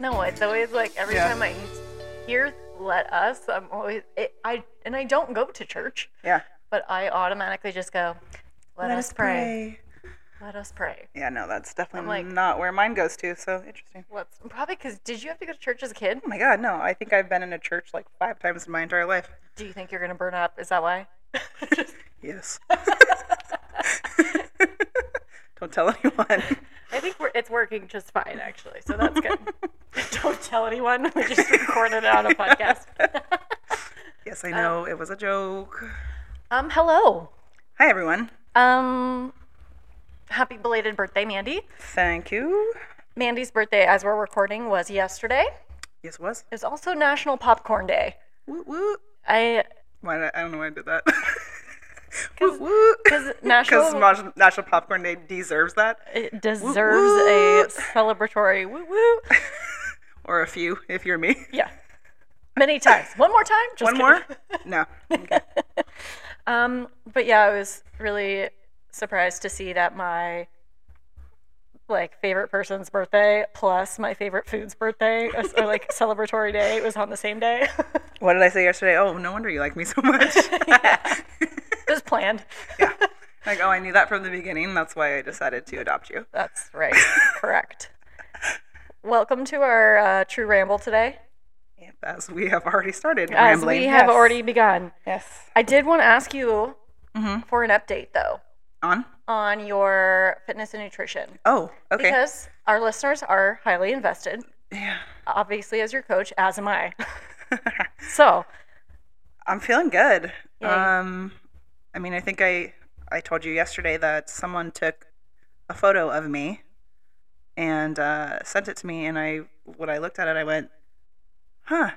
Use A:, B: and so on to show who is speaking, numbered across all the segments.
A: No, it's always like every
B: Yeah.
A: time I hear "Let Us," I'm always it, I and I don't go to church,
B: Yeah.
A: but I automatically just go, "Let, us, pray. Let us pray."
B: Yeah, no, that's definitely
A: like-
B: not where mine goes to. So interesting.
A: Let's probably because did you have to go to church as a kid?
B: Oh my God, no. I think I've been in a church like five times in my entire life.
A: Do you think you're gonna burn up? Is that why?
B: Yes. Don't tell anyone.
A: I think we're, it's working just fine actually, so that's good. Don't tell anyone. We just recorded it on a podcast.
B: Yes, I
A: Oh.
B: know. it was a joke.
A: um, hello.
B: Hi, everyone.
A: Um, happy belated birthday, Mandy.
B: Thank you.
A: Mandy's birthday, as we're recording, was yesterday.
B: Yes, it was.
A: It's also National Popcorn Day.
B: Woot woot.
A: I
B: Why did I, I don't know why I did that. woot woot.
A: because National
B: Because National, Popcorn Day deserves that.
A: it deserves
B: woot.
A: a celebratory woo woo.
B: Or a few, if you're me.
A: Yeah, many times. One more time. Just
B: One
A: kidding.
B: more? No.
A: Um, but yeah, I was really surprised to see that my like favorite person's birthday plus my favorite food's birthday or like celebratory day was on the same day.
B: What did I say yesterday? Oh, no wonder you like me so much.
A: it was planned.
B: Like, oh, I knew that from the beginning. That's why I decided to adopt you.
A: That's right. Correct. Welcome to our uh, true ramble today.
B: As we have already started
A: As
B: rambling.
A: we have
B: Yes.
A: already begun.
B: Yes.
A: I did want to ask you
B: hmm
A: for an update though
B: On?
A: on your fitness and nutrition
B: Oh, okay.
A: because our listeners are highly invested.
B: yeah.
A: Obviously, as your coach, as am I. So,
B: I'm feeling good.
A: Yay.
B: Um, I mean, I think I I told you yesterday that someone took a photo of me and uh, sent it to me, and I when I looked at it, I went, "Huh,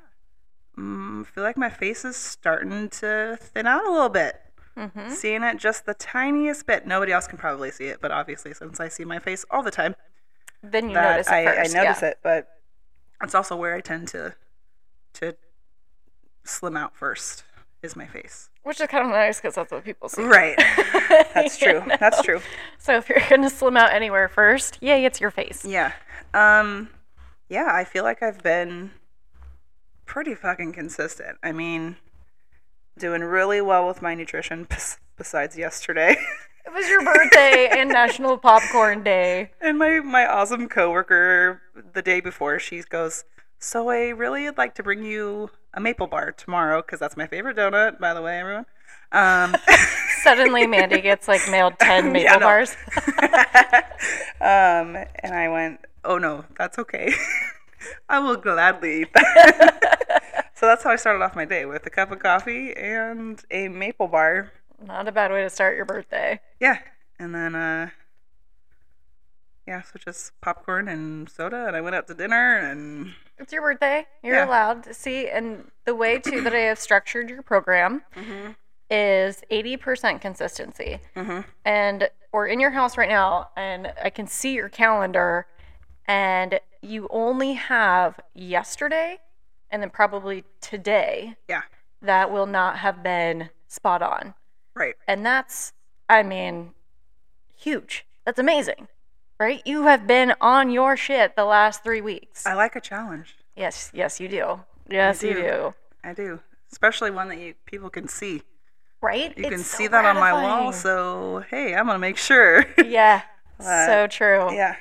B: mm, I feel like my face is starting to thin out a little bit."
A: mhm.
B: Mm-hmm. Seeing it just the tiniest bit. Nobody else can probably see it, but obviously, since I see my face all the time,
A: then you
B: that
A: notice it
B: I,
A: first.
B: I notice it. But it's also where I tend to to slim out first is my face.
A: Which is kind of nice because that's what people see.
B: Right. Mm, That's
A: You
B: true.
A: know?
B: That's true.
A: So, if you're going to slim out anywhere first, yay, it's your face.
B: Yeah. Um yeah, I feel like I've been pretty fucking consistent. I mean, doing really well with my nutrition bes- besides yesterday.
A: It was your birthday and National Popcorn Day.
B: and my my awesome coworker the day before, she goes, "So I really would like to bring you a maple bar tomorrow cuz that's my favorite donut, by the way, everyone." Um
A: Suddenly, Mandy gets like mailed 10 maple
B: I know.
A: bars.
B: um, and I went, "Oh no, that's okay. I will gladly eat that." so that's how I started off my day with a cup of coffee and a maple bar.
A: Not a bad way to start your birthday.
B: Yeah, and then uh, yeah, so just popcorn and soda, and I went out to dinner, and
A: It's your birthday. You're
B: Yeah.
A: allowed to see. And the way, too, that I have structured your program
B: Mm-hmm.
A: is 80% consistency. And we're in your house right now, and I can see your calendar, and you only have yesterday and then probably today
B: yeah,
A: that will not have been spot on.
B: right,
A: And that's, I mean, huge. That's amazing, right? You have been on your shit the last three weeks.
B: I like a challenge.
A: Yes, yes, you do. Yes, you
B: do.
A: do.
B: I do, especially one that you people can see.
A: Right?
B: You can
A: It's so
B: see that on my wall.
A: gratifying.
B: So hey, I'm gonna make sure.
A: yeah,
B: Uh,
A: so true.
B: Yeah.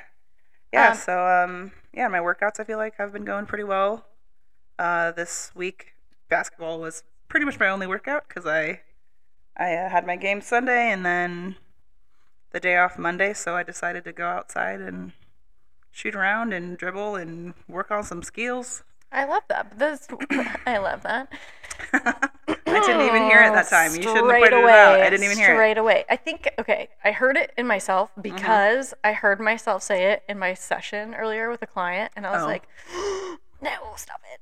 B: Yeah.
A: Um,
B: so um yeah, my workouts I feel like have been going pretty well. Uh this week basketball was pretty much my only workout cuz I I uh, had my game Sunday and then the day off Monday, so I decided to go outside and shoot around and dribble and work on some skills.
A: I love that. This, I love that. Oh,
B: I didn't even hear it that time. You shouldn't have
A: Straight
B: put it out. I didn't even hear it. Mm-hmm.
A: Straight away. I think, okay, I heard it in myself because I heard myself say it in my session earlier with a client, and I was
B: Oh.
A: like, no, stop it.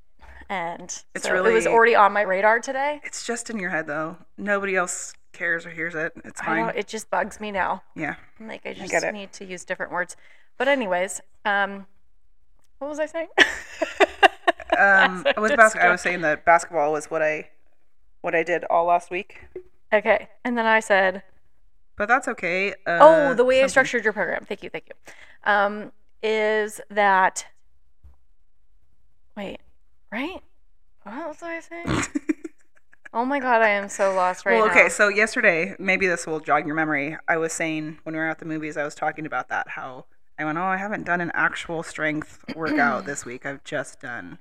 A: And
B: It's
A: so it was
B: really-
A: already on my radar today.
B: It's just in your head though. Nobody else cares or hears it. It's
A: I
B: fine.
A: know, it just bugs me now.
B: yeah.
A: I'm like, I just
B: get it.
A: need to use different words. But anyways, um, what was I saying?
B: um,
A: That's so
B: with basket, I was saying that basketball was what I what I did all last week,
A: okay, and then I said,
B: but that's okay. Uh,
A: oh, the way I
B: something-
A: structured your program. Thank you, thank you. Um, is that Wait, right? What was I saying? oh my god, I am so lost right
B: well,
A: now.
B: okay, so yesterday, maybe this will jog your memory. I was saying when we were at the movies, I was talking about that how I went, oh, I haven't done an actual strength workout this week. I've just done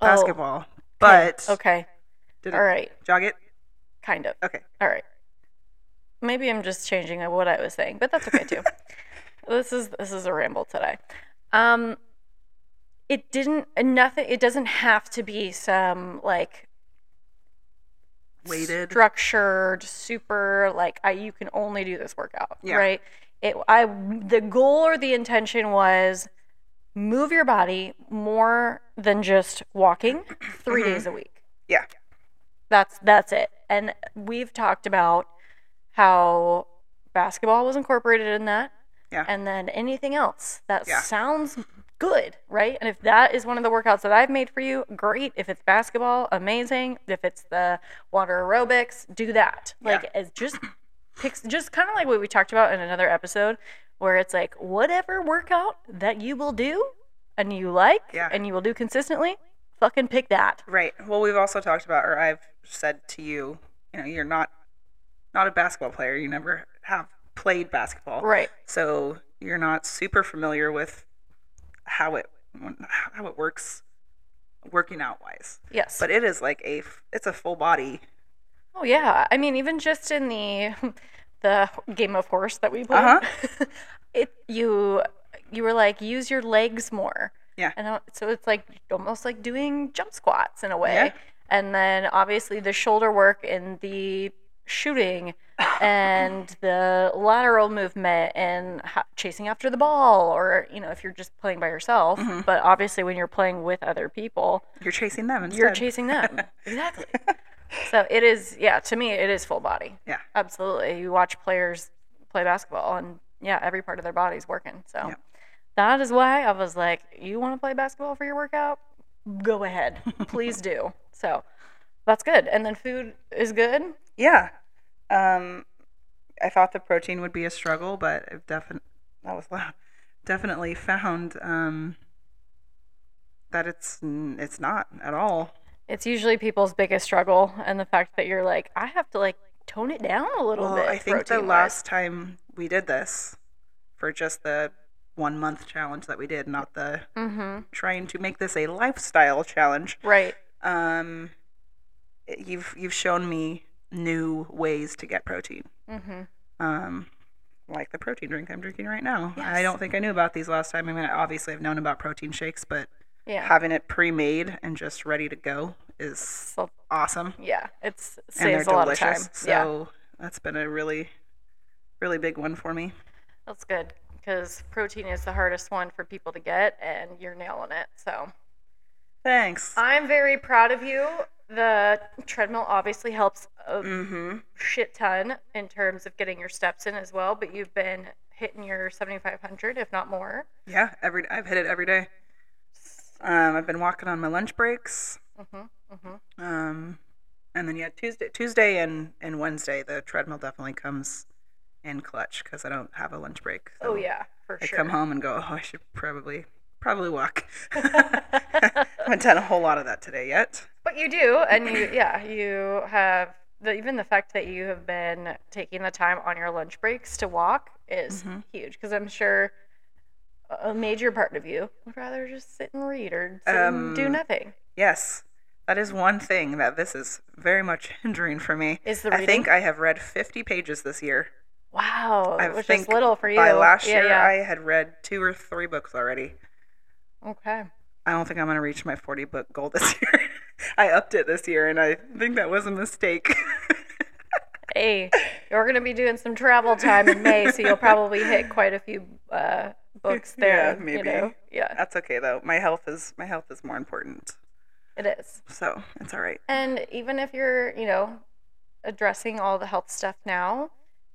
A: Oh,
B: basketball, but
A: Okay.
B: did it
A: All right.
B: jog it?
A: Kind of.
B: Okay.
A: All right. Maybe I'm just changing what I was saying, but that's okay too. this is this is a ramble today. Um it didn't nothing it doesn't have to be some like
B: Weighted.
A: structured super like I you can only do this workout,
B: Yeah.
A: right? It I the goal or the intention was move your body more than just walking 3
B: Mhm.
A: days a week.
B: Yeah.
A: That's that's it. And we've talked about how basketball was incorporated in that.
B: Yeah.
A: And then anything else that
B: Yeah.
A: sounds good, right? And if that is one of the workouts that I've made for you, great. If it's basketball, amazing. If it's the water aerobics, do that.
B: Yeah.
A: Like it's just picks just kind of like what we talked about in another episode where it's like whatever workout that you will do and you like
B: Yeah.
A: and you will do consistently, fucking pick that.
B: Right. Well, we've also talked about, or I've said to you, you know, you're not not a basketball player. You never have played basketball,
A: Right.
B: so you're not super familiar with how it how it works, working out wise.
A: Yes.
B: But it is like a f- it's a full body.
A: Oh yeah, I mean even just in the the game of horse that we played,
B: Uh-huh.
A: it you you were like use your legs more.
B: Yeah.
A: And I- so it's like almost like doing jump squats in a way.
B: Yeah.
A: And then obviously the shoulder work and the shooting and the lateral movement and ho- chasing after the ball or you know if you're just playing by yourself,
B: Mhm.
A: but obviously when you're playing with other people,
B: You're chasing them instead.
A: you're chasing them exactly so it is yeah to me it is full body
B: Yeah.
A: absolutely you watch players play basketball and yeah every part of their body's working so
B: Yeah.
A: that is why i was like you want to play basketball for your workout go ahead please do so that's good and then food is good
B: Yeah. Um, I thought the protein would be a struggle, but I've definitely that was loud. Definitely found um, that it's n- it's not at all.
A: it's usually people's biggest struggle and the fact that you're like i have to like tone it down a little
B: well,
A: bit
B: I think the
A: protein-wise."
B: last time we did this for just the one month challenge that we did, not the
A: mhm
B: trying to make this a lifestyle challenge.
A: right
B: Um, it- you've you've shown me new ways to get protein.
A: mhm
B: um, like the protein drink I'm drinking right now.
A: Yes.
B: I don't think I knew about these last time. I mean, obviously I've known about protein shakes, but
A: yeah
B: having it pre-made and just ready to go is
A: So-
B: awesome,
A: yeah it's
B: and they're
A: saves a lot of
B: delicious.
A: time
B: So
A: yeah
B: that's been a really, really big one for me.
A: That's good because protein is the hardest one for people to get, and you're nailing it. So
B: Thanks.
A: I'm very proud of you. The treadmill obviously helps a
B: mm-hmm.
A: shit ton in terms of getting your steps in as well, but you've been hitting your 7,500, if not more.
B: Yeah, every I've hit it every day. Um, I've been walking on my lunch breaks.
A: Mm-hmm, mm-hmm.
B: Um, and then yeah, Tuesday, Tuesday and, and Wednesday, the treadmill definitely comes in clutch because I don't have a lunch break. so-
A: Oh, yeah, for
B: I
A: sure.
B: come home and go, oh, I should probably probably walk. I haven't done a whole lot of that today yet.
A: But you do, and you, yeah, you have the, even the fact that you have been taking the time on your lunch breaks to walk is
B: Mhm.
A: huge because I'm sure a a major part of you would rather just sit and read or sit and do
B: Um,
A: nothing.
B: Yes, that is one thing that this is very much hindering for me.
A: Is the
B: I
A: reading?
B: think I have read 50 pages this year.
A: wow,
B: I
A: which is
B: think
A: little for you.
B: By last
A: yeah,
B: year,
A: yeah.
B: I had read two or three books already.
A: okay.
B: I don't think I'm going to reach my 40 book goal this year. I upped it this year, and I think that was a mistake.
A: Hey, you're gonna be doing some travel time in May, so you'll probably hit quite a few uh, books
B: Yeah,
A: there. You
B: maybe.
A: know? Yeah,
B: That's okay though. My health is my health is more important,
A: it is.
B: so it's all right.
A: And even if you're, you know, addressing all the health stuff now,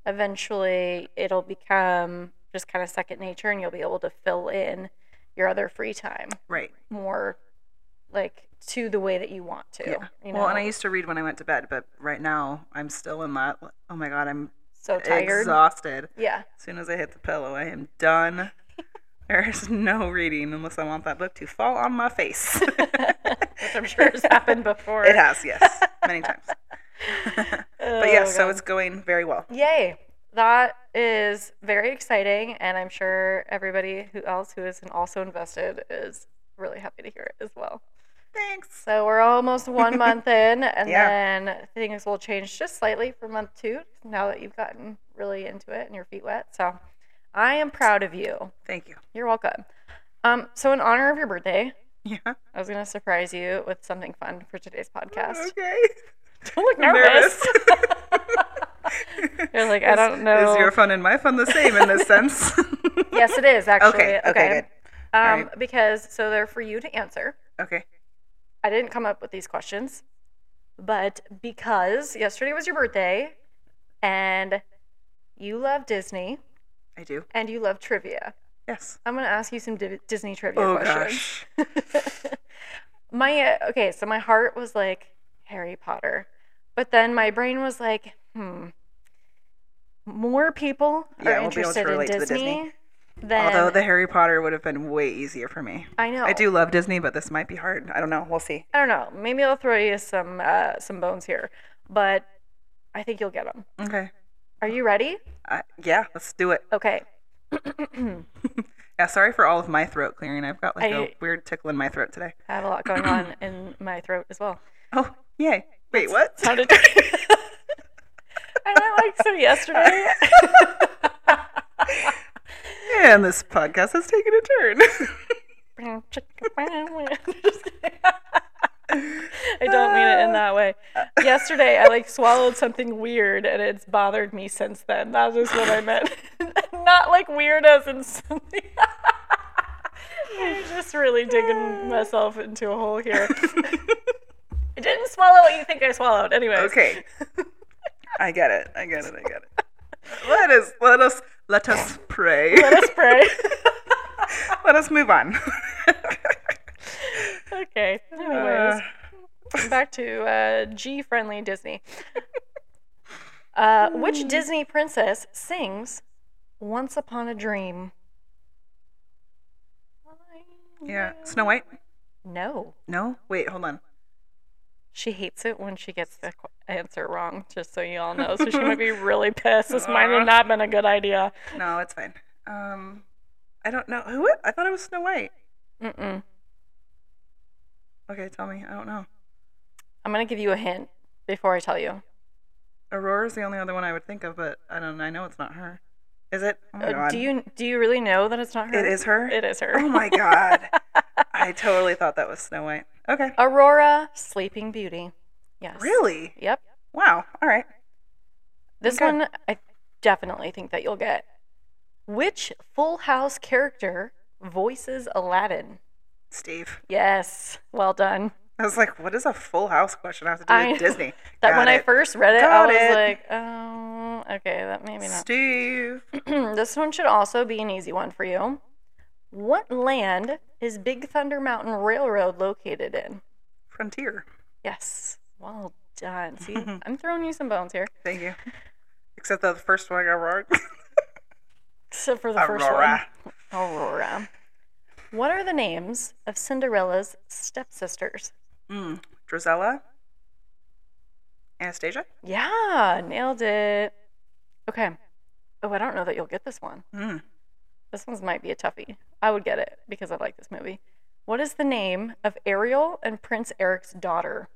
A: eventually it'll become just kind of second nature and you'll be able to fill in your other free time
B: Right.
A: more like to the way that you want to.
B: Yeah.
A: You know,
B: Well, and I used to read when I went to bed, but right now I'm still in that. Oh my god, I'm
A: so tired.
B: exhausted.
A: yeah.
B: As soon as I hit the pillow, I am done. There is no reading unless I want that book to fall on my face.
A: which I'm sure has happened before.
B: It has, yes, many times.
A: Oh,
B: But yes, so
A: God.
B: it's going very well.
A: Yay. That is very exciting. And I'm sure everybody who else who is also invested is really happy to hear it as well.
B: Thanks.
A: So we're almost one month in, and
B: Yeah.
A: then things will change just slightly for month two now that you've gotten really into it and your feet wet. So I am proud of you.
B: Thank you.
A: You're welcome. Um, so, in honor of your birthday,
B: Yeah.
A: I was going to surprise you with something fun for today's podcast.
B: Okay.
A: Don't look
B: I'm
A: nervous. You're like, I
B: Is-
A: don't know.
B: Is your fun and my fun the same in this sense?
A: yes, it is actually.
B: okay. Okay.
A: Um,
B: Alright.
A: Because so they're for you to answer.
B: Good. Okay.
A: I didn't come up with these questions, but because yesterday was your birthday, and you love Disney
B: I do.
A: and you love trivia,
B: Yes.
A: I'm gonna ask you some Di- Disney trivia
B: Oh
A: questions.
B: gosh.
A: my uh, okay, so my heart was like Harry Potter, but then my brain was like, hmm, more people
B: Yeah,
A: are
B: won't be able to
A: interested in
B: relate to the
A: Disney,
B: Disney.
A: than
B: Although the Harry Potter would have been way easier for me.
A: I know
B: I do love Disney, but this might be hard. I don't know. We'll see.
A: I don't know. Maybe I'll throw you some uh, some bones here, but I think you'll get them.
B: Okay.
A: Are you ready?
B: Uh, yeah, let's do it.
A: Okay.
B: Yeah, sorry for all of my throat clearing. I've got like a
A: I-
B: weird tickle in my throat today.
A: I have a lot going on in my throat as well.
B: Oh, yay. Wait, what?
A: How did I went like so yesterday?
B: and this podcast has taken a turn.
A: Just kidding. I don't mean it in that way. Yesterday, I like swallowed something weird, and it's bothered me since then. That was what I meant. Not like weird as in something. I'm just really digging myself into a hole here. I didn't swallow what you think I swallowed. Anyway.
B: okay. I get it. I get it. I get it. Let us let us let us pray.
A: Let us pray.
B: Let us move on.
A: okay.
B: Uh,
A: Anyways, back to uh, G friendly Disney. Uh,
B: Hmm.
A: which Disney princess sings Once Upon a Dream?
B: yeah. Snow White?
A: No.
B: No? Wait, hold on.
A: She hates it when she gets the qu- answer wrong, just so you all know. So she might be really pissed. This might have not been a good idea.
B: No, it's fine. Um I don't know. Who it? I thought it was Snow White.
A: Mm-mm.
B: Okay, tell me. I don't know.
A: I'm going to give you a hint before I tell you.
B: Aurora's the only other one I would think of, but I don't I know it's not her. Is it? Oh my
A: Uh,
B: god.
A: do you do you really know that it's not her?
B: It is her?
A: It is her.
B: Oh my god. I totally thought that was Snow White. Okay.
A: Aurora, Sleeping Beauty. Oh, Yes.
B: Really?
A: Yep.
B: Wow. All right.
A: This
B: Okay.
A: one, I definitely think that you'll get. Which Full House character voices Aladdin?
B: Steve.
A: Yes. Well done.
B: I was like, what is a full house question I have to do
A: I-
B: with Disney?
A: That
B: Got
A: when I
B: it.
A: first read it, I
B: Got
A: was
B: it.
A: like, um, okay, that maybe not.
B: Steve.
A: this one should also be an easy one for you. What land is Big Thunder Mountain Railroad located in?
B: Frontier.
A: Yes. Well done. See, I'm throwing you some bones here.
B: Thank you. Except that the first one I got wrong.
A: Except for the first one.
B: Aurora.
A: Aurora. What are the names of Cinderella's stepsisters?
B: Mm. Drizella. Anastasia.
A: Yeah, nailed it. Okay. Oh, I don't know that you'll get this one.
B: Mm.
A: This one's might be a toughie. I would get it because I like this movie. What is the name of Ariel and Prince Eric's daughter?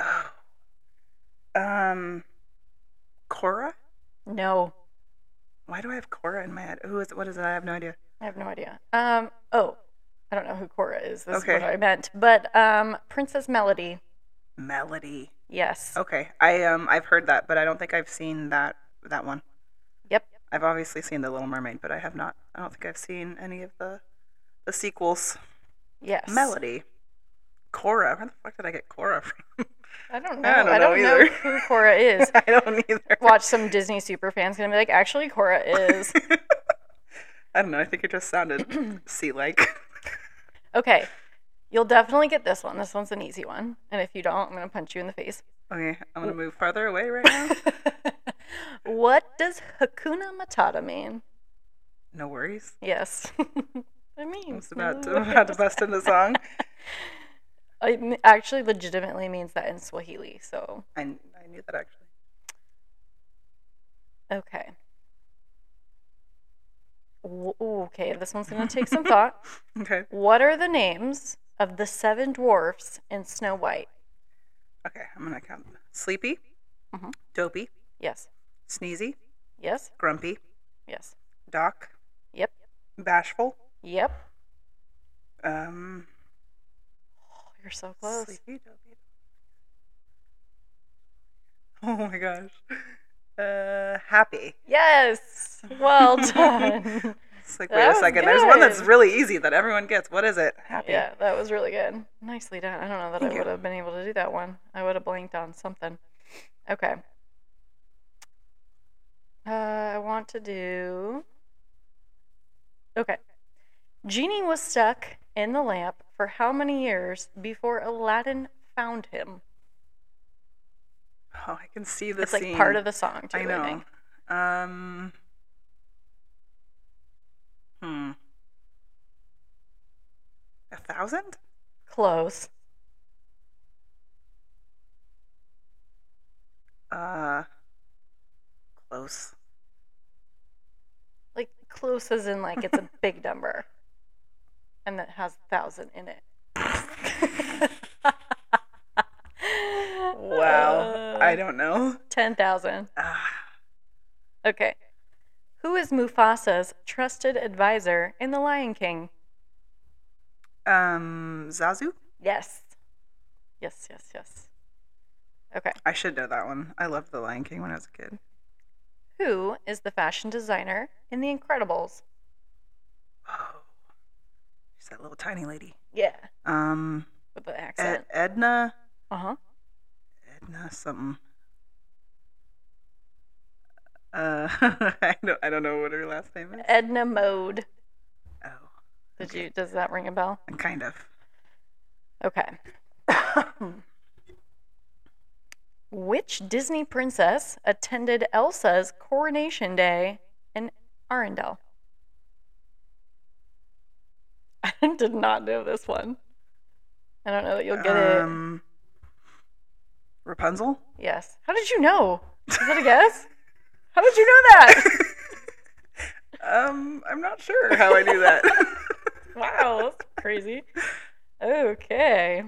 B: Oh. Um. Cora.
A: No,
B: Why do I have Cora in my head? Who is? What is it? I have no idea.
A: I have no idea. Um, oh, I don't know who Cora is. This
B: Okay.
A: is what I meant. But um, Princess Melody.
B: Melody.
A: Yes.
B: Okay. I um. I've heard that, but I don't think I've seen that that one.
A: Yep.
B: I've obviously seen The Little Mermaid, but I have not. I don't think I've seen any of the the sequels.
A: Yes.
B: Melody. Cora. Where the fuck did I get Cora from?
A: I don't know.
B: I don't know either.
A: who Cora is.
B: I don't either.
A: watch some Disney super fans gonna be like, actually, Cora is
B: I don't know. I think it just sounded sea like.
A: okay. You'll definitely get this one. This one's an easy one, and if you don't, I'm gonna punch you in the face.
B: Okay, I'm gonna move farther away right now.
A: what does Hakuna Matata mean?
B: No worries.
A: Yes, it means
B: I was about
A: no
B: to, about to
A: worries.
B: bust into song.
A: It m- actually legitimately means that in Swahili. So,
B: I, I knew that actually.
A: okay. W- ooh, okay, this one's going to take some thought.
B: Okay.
A: What are the names of the seven dwarfs in Snow White?
B: Okay. I'm gonna count. Sleepy,
A: Mhm.
B: dopey,
A: Yes.
B: sneezy,
A: Yes.
B: grumpy,
A: Yes.
B: doc,
A: Yep.
B: bashful,
A: Yep.
B: um,
A: Oh, you're so close.
B: sleepy, dopey. Oh my gosh. Uh, happy.
A: Yes. Well done.
B: It's like,
A: That
B: wait a
A: was
B: second. There's one that's
A: good.
B: really easy that everyone gets. What is it? Happy.
A: yeah, that was really good. Nicely done. I don't know that
B: Thank
A: I
B: you.
A: would have been able to do that one. I would have blanked on something. Okay. Uh, I want to do. Okay. Genie was stuck in the lamp for how many years before Aladdin found him?
B: Oh, I can see the
A: it's like
B: scene.
A: part of the song too.
B: I
A: I,
B: know.
A: think.
B: Um. Hmm. A thousand?
A: Close.
B: Uh. Close.
A: Like close as in like it's a big number, and that has a thousand in it.
B: Wow. I don't know.
A: Uh, Ten thousand.
B: Ah,
A: Okay. Who is Mufasa's trusted advisor in The Lion King?
B: um. Zazu.
A: Yes. Yes. Yes. Yes. Okay.
B: I should know that one. I loved The Lion King when I was a kid.
A: Who is the fashion designer in The Incredibles?
B: Oh. She's that little tiny lady.
A: Yeah.
B: Um.
A: With the accent.
B: Ed- Edna.
A: Uh
B: Uh-huh.
A: huh.
B: Edna something. Uh, I don't. I don't know what her last name is.
A: Edna Mode.
B: Oh,
A: Did
B: Okay.
A: you? Does that ring a bell?
B: kind of.
A: Okay. Which Disney princess attended Elsa's coronation day in Arendelle? I did not know this one. I don't know that you'll get
B: um, Rapunzel.
A: it. Yes. How did you know? Is that a guess? How did you know that?
B: Um, I'm not sure how I knew that.
A: wow, that's crazy. Okay.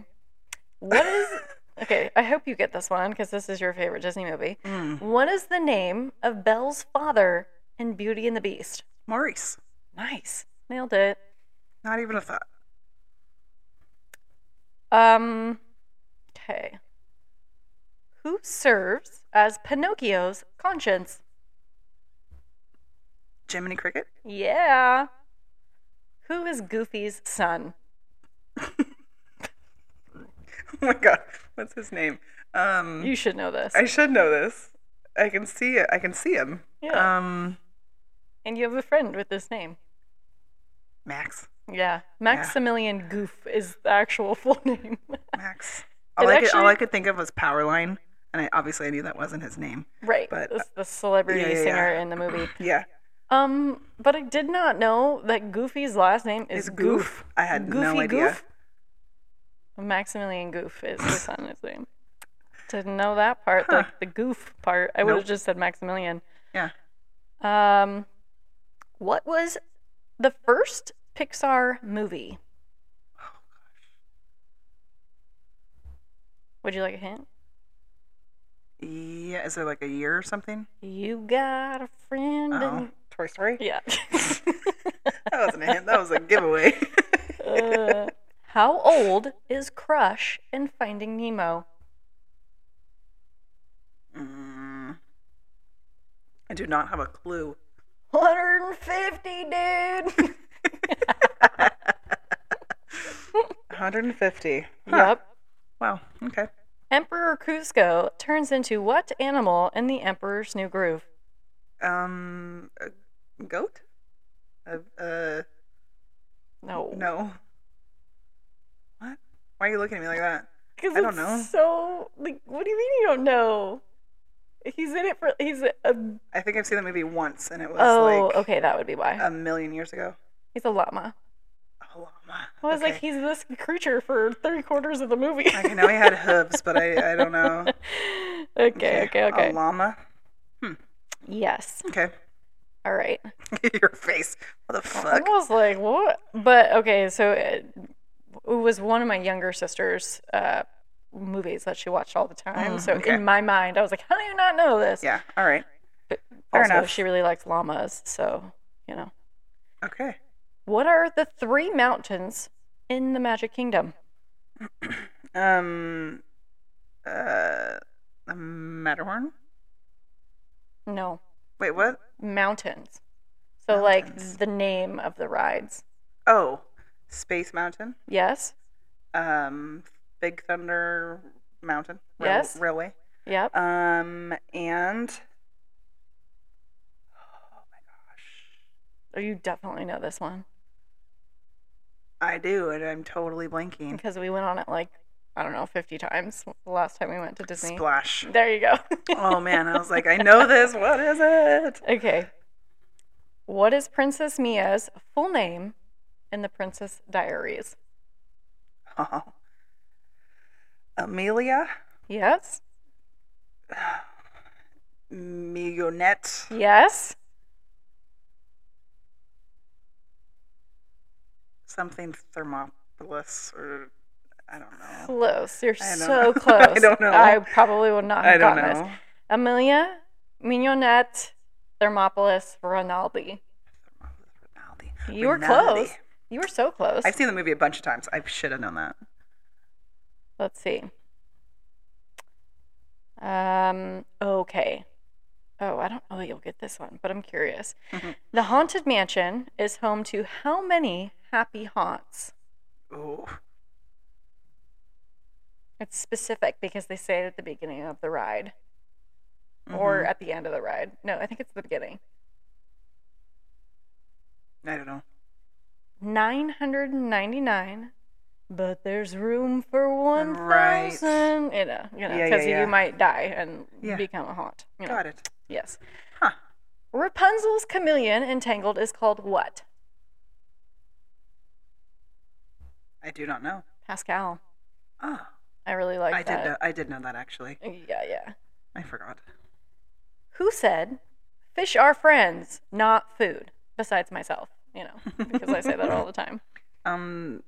A: What is. Okay, I hope you get this one because this is your favorite Disney movie.
B: Hmm,
A: What is the name of Belle's father in Beauty and the Beast?
B: Maurice.
A: Nice. Nailed it.
B: Not even a thought.
A: Um okay. Who serves as Pinocchio's conscience?
B: Jiminy Cricket.
A: Yeah. Who is Goofy's son?
B: Oh my god, what's his name? Um,
A: You should know this.
B: I should know this. I can see it. I can see him.
A: Yeah.
B: Um,
A: And you have a friend with this name.
B: Max.
A: Yeah. Maximilian Goof is the actual full name.
B: Max.
A: It
B: All I, could, all
A: actually-
B: I could think of was Powerline, and I, obviously I knew that wasn't his name.
A: right.
B: But, uh,
A: This- the celebrity
B: yeah, yeah,
A: singer
B: yeah.
A: in the movie.
B: Yeah,
A: Um, but I did not know that Goofy's last name is
B: it's Goof. I had no
A: Goofy
B: idea.
A: Goof? Maximilian Goof is his son, his name. Didn't know that part,
B: Huh.
A: like the goof part. I would have
B: Nope.
A: just said Maximilian.
B: Yeah.
A: Um, what was the first Pixar movie?
B: Oh,
A: Would you like a hint?
B: Yeah, is it like a year or something?
A: You got a friend.
B: Oh,
A: in-
B: Toy Story.
A: Yeah.
B: That wasn't a hint. That was a giveaway.
A: Uh, how old is Crush in Finding Nemo?
B: Mm. I do not have a clue.
A: 150, dude.
B: 150. Huh.
A: Yep.
B: Wow. Okay.
A: Emperor Cusco turns into what animal in the Emperor's New Groove?
B: Um, a goat? A, uh,
A: No.
B: no. What? Why are you looking at me like that?
A: Because
B: I don't
A: it's
B: know.
A: so like, what do you mean you don't know? He's in it for he's a,
B: I think I've seen the movie once, and it was
A: oh
B: like um,
A: okay that would be why
B: a million years ago.
A: he's a llama.
B: Oh llama.
A: I was like,
B: Okay.
A: he's this creature for three quarters of the movie.
B: I know he had hooves, but I, I don't know.
A: okay, okay, okay.
B: A llama.
A: Yes.
B: Okay.
A: All right.
B: Your face. What the fuck?
A: I was like, what? But okay, so it, it was one of my younger sister's uh, movies that she watched all the time.
B: Mm,
A: so
B: okay.
A: in my mind, I was like, how do you not know this?
B: Yeah. All right. fair
A: also,
B: enough.
A: she really likes llamas. So, you know.
B: Okay.
A: What are the three mountains in the Magic Kingdom?
B: Um. Uh. The Matterhorn.
A: No,
B: Wait. What?
A: mountains. So,
B: Mountains.
A: like the name of the rides.
B: Oh, Space Mountain.
A: Yes.
B: Um. Big Thunder Mountain. Rail-
A: Yes.
B: Railway.
A: Yep.
B: Um. And. Uh,
A: Oh, you definitely know this one
B: I do, and I'm totally blanking.
A: because we went on it like I don't know, 50 times the last time we went to Disney.
B: Splash.
A: There you go.
B: oh man, I was like, I know this. What is it?
A: Okay. What is Princess Mia's full name in the Princess Diaries?
B: Oh. Amelia
A: Yes.
B: Millionette.
A: Yes.
B: Something Thermopolis or I don't
A: Oh,
B: know.
A: Close. You're
B: I don't
A: so
B: know.
A: close.
B: I don't know.
A: I probably would not have
B: I don't
A: gotten
B: know.
A: this. Amelia, Mignonette, Thermopolis, Rinaldi.
B: Rinaldi.
A: You were
B: Rinaldi.
A: close. You were so close.
B: I've seen the movie a bunch of times. I should have known that.
A: Let's see. Um, okay. Oh, I don't know that you'll get this one, but I'm curious.
B: Mhm.
A: The Haunted Mansion is home to how many happy haunts?
B: Ooh.
A: It's specific because they say it at the beginning of the ride
B: Mm-hmm.
A: or at the end of the ride. No, I think it's the beginning.
B: Mhm. I don't know.
A: 999, but there's room for 1,000.
B: Right.
A: You know, you know,
B: Yeah, yeah,
A: because
B: yeah.
A: you might die and
B: Yeah.
A: become a haunt. You know.
B: Got it.
A: Yes.
B: Huh.
A: Rapunzel's chameleon entangled is called what?
B: I do not know.
A: Pascal.
B: Oh,
A: I really like
B: I did. Know,
A: that.
B: I did know that actually.
A: Yeah, yeah.
B: I forgot.
A: Who said fish are friends, not food? Besides myself, you know, because I say that all the time.
B: Um,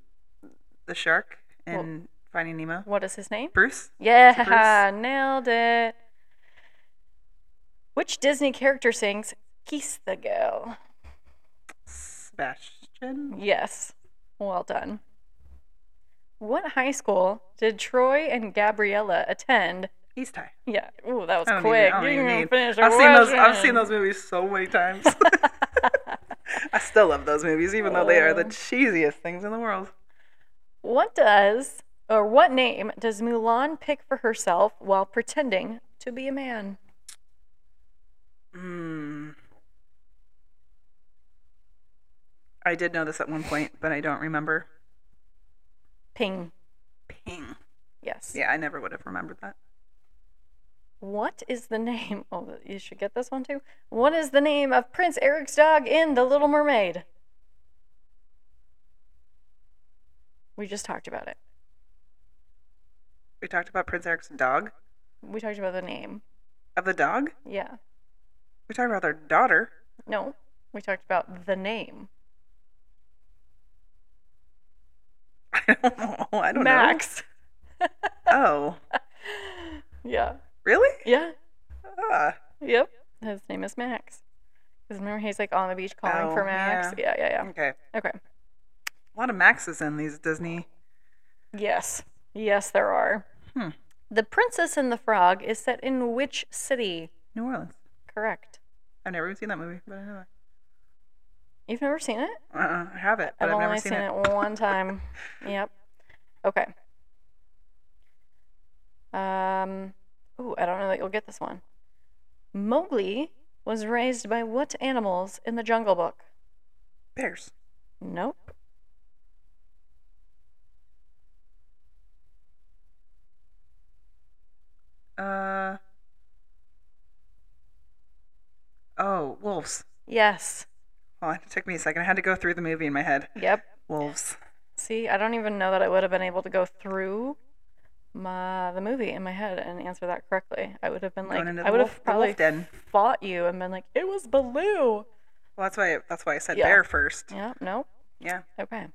B: the shark in Finding Nemo.
A: What is his name?
B: Bruce.
A: Yeah, nailed it. Which Disney character sings Kiss the Girl?
B: Sebastian.
A: Yes. Well done. What high school did Troy and Gabriella attend
B: East High.
A: Yeah. Ooh, that was
B: I don't even- I
A: quick.
B: don't
A: you
B: even
A: didn't even
B: need-
A: finish your
B: I've seen those. I've
A: question.
B: seen those movies so many times. I still love those movies, even though they are the
A: Oh.
B: cheesiest things in the world.
A: what does or what name does Mulan pick for herself while pretending to be a man?
B: Mm. I did know this at one point, but I don't remember.
A: Ping.
B: Ping.
A: Yes.
B: Yeah, I never would have remembered that.
A: What is the name? Oh, you should get this one too. What is the name of Prince Eric's dog in The Little Mermaid? We just talked about it.
B: We talked about Prince Eric's dog.
A: We talked about the name.
B: Of the dog,
A: Yeah.
B: we talked about their daughter.
A: No, we talked about the name.
B: I don't know. I don't
A: Max.
B: know. Oh,
A: Yeah.
B: really?
A: Yeah.
B: Ah.
A: Yep. His name is Max. Because remember, he's like on the beach calling
B: Oh,
A: for Max. Yeah. yeah, yeah,
B: Okay.
A: Okay.
B: A lot of Maxes in these Disney.
A: Yes. Yes, there are.
B: Hmm.
A: The Princess and the Frog is set in which city?
B: New Orleans.
A: Correct.
B: I've never even seen that movie, but I know that.
A: You've never seen it?
B: Uh-uh, I have it, but I've,
A: only
B: never seen, it.
A: one time. yep. Okay. Um. Ooh, I don't know that you'll get this one. Mowgli was raised by what animals in the Jungle Book?
B: Bears.
A: Nope.
B: Uh. Oh, wolves.
A: Yes.
B: Oh, Well, it took me a second. I had to go through the movie in my head.
A: Yep.
B: wolves.
A: See, I don't even know that I would have been able to go through my the movie in my head and answer that correctly. I would have been like,
B: going into the
A: I would
B: wolf,
A: have
B: the
A: probably
B: wolf den.
A: fought you and been like, it was Baloo.
B: Well, that's why that's why I said
A: Yeah.
B: bear first.
A: Yeah, no,
B: Yeah.
A: okay.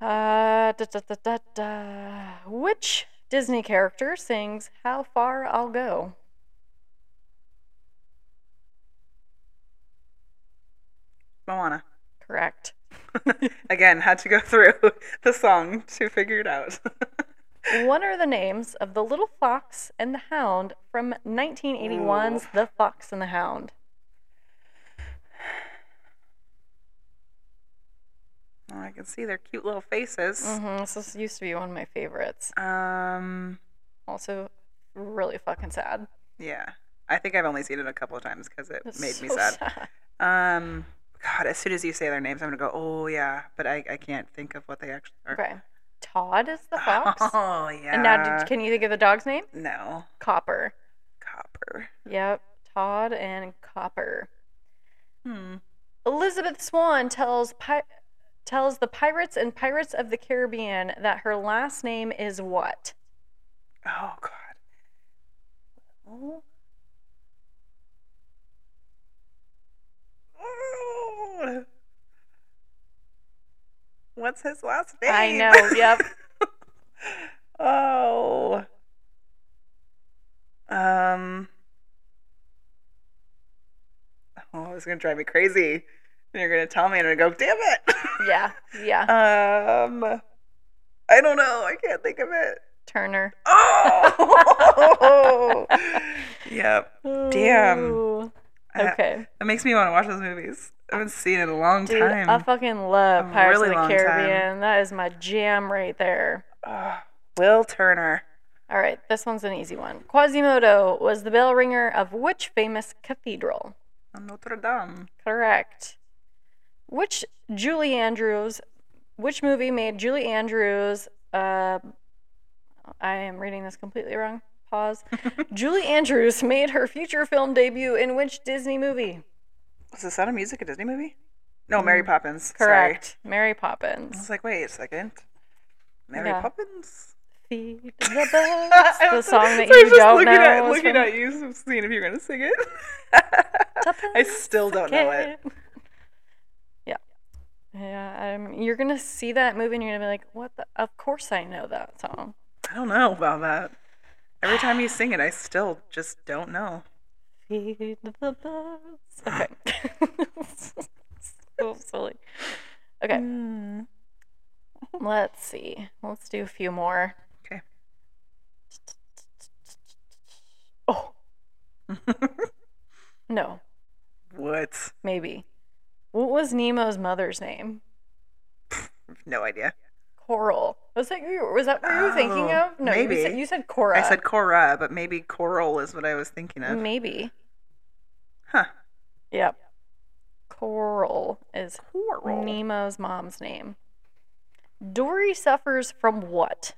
A: Uh, da, da, da, da, da. Which Disney character sings "How Far I'll Go"?
B: Moana.
A: Correct.
B: Again, had to go through the song to figure it out.
A: What are the names of the little fox and the hound from 1981's The Fox and the Hound?
B: Oh, I can see their cute little faces.
A: hmm This is- used to be one of my favorites.
B: Um,
A: Also, really fucking sad.
B: yeah. I think I've only seen it a couple of times because it
A: It's
B: made me
A: so
B: sad. Um, God, as soon as you say their names, I'm gonna go, oh yeah, but I, I can't think of what they actually are.
A: Okay. Todd is the fox.
B: Oh yeah.
A: And now, did, can you think of the dog's name?
B: no
A: Copper.
B: copper.
A: Yep. Todd and Copper.
B: Hmm.
A: Elizabeth Swan tells pi- tells the pirates and pirates of the Caribbean that her last name is what?
B: Oh God. Oh. Oh. What's his last name?
A: I know. Yep.
B: Oh. Um. Oh, it's gonna drive me crazy. And you're gonna tell me, and I'm gonna go, damn it.
A: Yeah. Yeah.
B: um. I don't know. I can't think of it.
A: Turner.
B: Oh. yep. Damn. Uh,
A: Ooh.
B: I-
A: Okay.
B: That makes me want to watch those movies. I haven't seen it in a long
A: Dude,
B: time.
A: I fucking love
B: A
A: Pirates
B: really
A: of
B: long
A: the
B: time.
A: Caribbean. That is my jam right there.
B: Ugh. Will Turner.
A: All right, this one's an easy one. Quasimodo was the bell ringer of which famous cathedral?
B: Notre Dame.
A: Correct. Which Julie Andrews, which movie made Julie Andrews, uh, I am reading this completely wrong. Pause. Julie Andrews made her feature film debut in which Disney movie?
B: Was The Sound of Music a Disney movie? No, Mary
A: Mm,
B: Poppins. Sorry.
A: Correct. Mary
B: I
A: Poppins.
B: was like, wait a second. Mary
A: Yeah.
B: Poppins?
A: Feed the birds.
B: I
A: the
B: was-
A: song that
B: so I was
A: you
B: just
A: don't
B: looking
A: know.
B: At,
A: was
B: looking
A: from
B: at you, seeing if you're going to sing it. I
A: Tuppence
B: still don't know
A: Care.
B: it.
A: Yeah. Yeah, um, you're gonna see that movie and you're gonna be like, "What? The? Of course I know that song."
B: I don't know about that. Every time you sing it, I still just don't know.
A: Feed the birds. Okay. so silly. Okay,
B: Mm.
A: let's see. Let's do a few more.
B: Mm-hmm. Okay.
A: Oh no,
B: what?
A: maybe. What was Nemo's mother's name?
B: No idea.
A: Coral. Was that you? Was that what you were thinking
B: Oh,
A: of? No,
B: maybe.
A: you said you said Cora.
B: I said Cora, but maybe Coral is what I was thinking of.
A: Maybe.
B: Huh.
A: Yep. Coral is
B: Coral.
A: Nemo's mom's name. Dory suffers from what?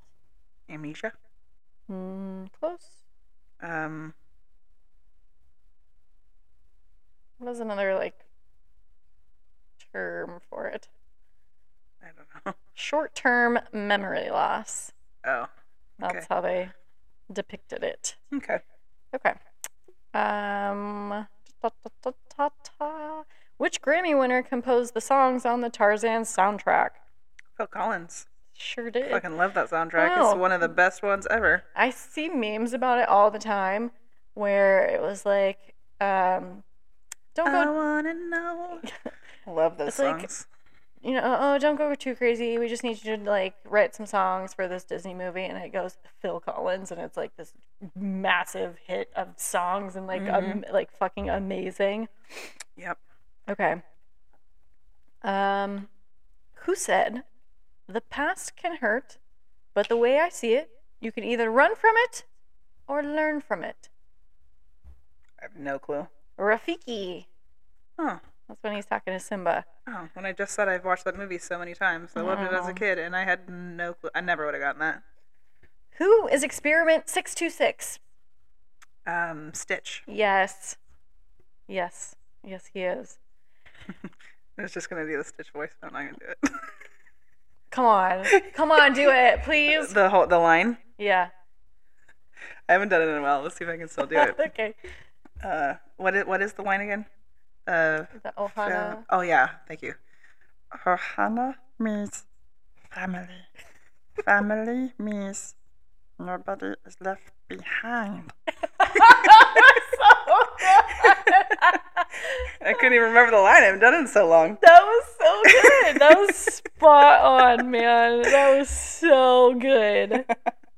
B: Amnesia.
A: Mm, close.
B: Um,
A: What is another like term for it?
B: I don't know.
A: Short-term memory loss.
B: Oh.
A: That's
B: Okay.
A: how they depicted it.
B: Okay.
A: Okay. Um. ta, ta, ta, ta, ta. Which Grammy winner composed the songs on the Tarzan soundtrack?
B: Phil Collins.
A: Sure did.
B: Fucking love that soundtrack.
A: Wow.
B: It's one of the best ones ever.
A: I see memes about it all the time where it was like, um, don't
B: I
A: go,
B: wanna know. Oh, love those
A: It's like-
B: songs.
A: you know, oh, don't go too crazy. We just need you to like write some songs for this Disney movie. And it goes Phil Collins, and it's like this massive hit of songs and like, um, like fucking amazing.
B: Yep.
A: Okay. Um, who said, the past can hurt, but the way I see it, you can either run from it or learn from it.
B: I have no clue.
A: Rafiki.
B: Huh.
A: That's when he's talking to Simba.
B: Oh, when I just said I've watched that movie so many times. I loved it as a
A: Mm.
B: kid, and I had no clue. I never would have gotten that.
A: Who is Experiment 626?
B: Um, Stitch.
A: Yes. Yes. Yes, he is.
B: I was just gonna do the Stitch voice, but I'm not gonna do
A: Come on. Come on, do it,
B: it.
A: please.
B: the whole the line.
A: Yeah.
B: I haven't done it in a while. Let's see if I can still do it.
A: okay.
B: Uh, what is what is the line again? Uh,
A: The Ohana.
B: uh, oh yeah, thank you. Ohana means family. family means nobody is left behind. I couldn't even remember the line. I haven't done it in so long.
A: That was so good. That was spot on, man. That was so good.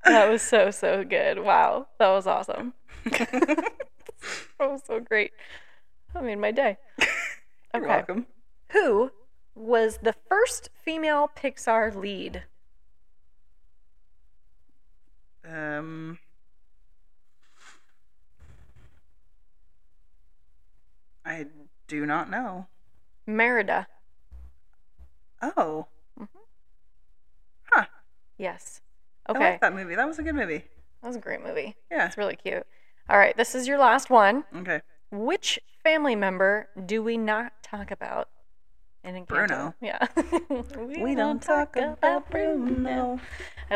A: That was so so good. Wow, that was awesome. that was so great. I made my day.
B: You're welcome.
A: Who was the first female Pixar lead?
B: Um, I do not know.
A: Merida.
B: Oh,
A: Yes.
B: I
A: Okay.
B: like that movie. That was a good movie.
A: That was a great movie.
B: Yeah.
A: That's really cute. All right, this is your last one.
B: Okay.
A: Which family member do we not talk about? And in
B: Bruno.
A: Yeah. we, I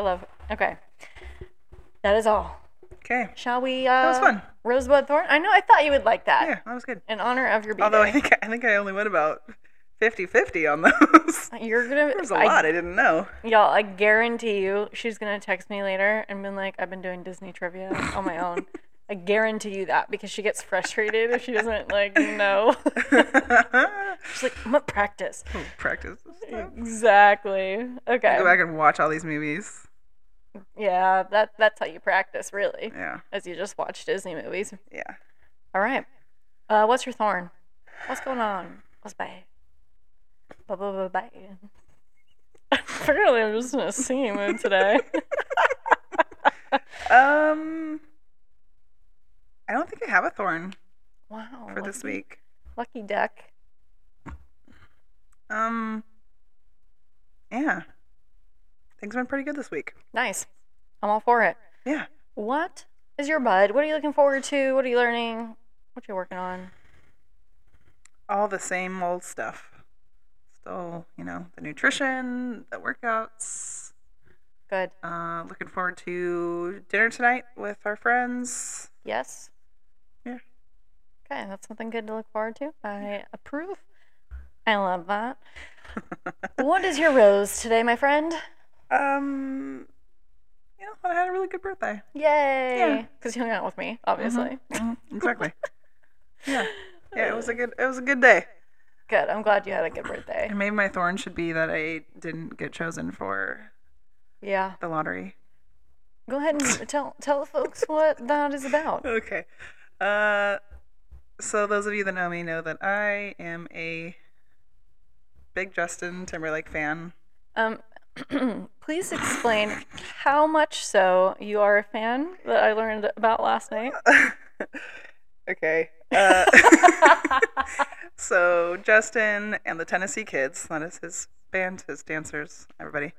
A: love. Okay. That is all.
B: Okay.
A: Shall we? Uh,
B: That was fun.
A: Rosebud Thorn. I know. I thought you would like that.
B: Yeah, that was good.
A: In honor of your birthday.
B: Although I think I think I only went about 50-50 on those.
A: you're gonna.
B: There was a
A: I-
B: lot I didn't know.
A: Y'all, I guarantee you, she's gonna text me later and been like, "I've been doing Disney trivia on my own." I guarantee you that because she gets frustrated if she doesn't like know. she's like, "I'm gonna practice."
B: Practice. this stuff.
A: Exactly. Okay.
B: Go back and watch all these movies.
A: Yeah, that that's how you practice, really,
B: Yeah.
A: as you just watch Disney movies.
B: Yeah.
A: All right. Uh, what's your thorn? What's going on? What's bad? Ba ba ba ba. Apparently, I'm just in a singing mood today.
B: Um I don't think I have a thorn
A: wow.
B: for this
A: lucky-
B: week.
A: Lucky duck.
B: Um Yeah. Things went pretty good this week.
A: Nice. I'm all for it.
B: Yeah.
A: What is your bud? What are you looking forward to? What are you learning? What you working on?
B: all the same old stuff. Still, you know, the nutrition, the workouts.
A: Good.
B: Uh, looking forward to dinner tonight with our friends.
A: Yes.
B: Yeah.
A: Okay, that's something good to look forward to. I approve. I love that. what is your rose today, my friend?
B: Um, you know, I had a really good birthday.
A: Yay! Because you hung out with me,
B: Uh-huh.
A: obviously.
B: Mm-hmm. Exactly. yeah, yeah, it was a good, it was a good day.
A: Good. I'm glad you had a good birthday.
B: And maybe my thorn should be that I didn't get chosen for
A: Yeah.
B: the lottery.
A: Go ahead and tell tell the folks what that is about.
B: Okay. Uh, so those of you that know me know that I am a big Justin Timberlake fan.
A: Um, please explain how much so you are a fan that I learned about last night.
B: okay. Uh, so Justin and the Tennessee Kids, that is his band, his dancers, everybody.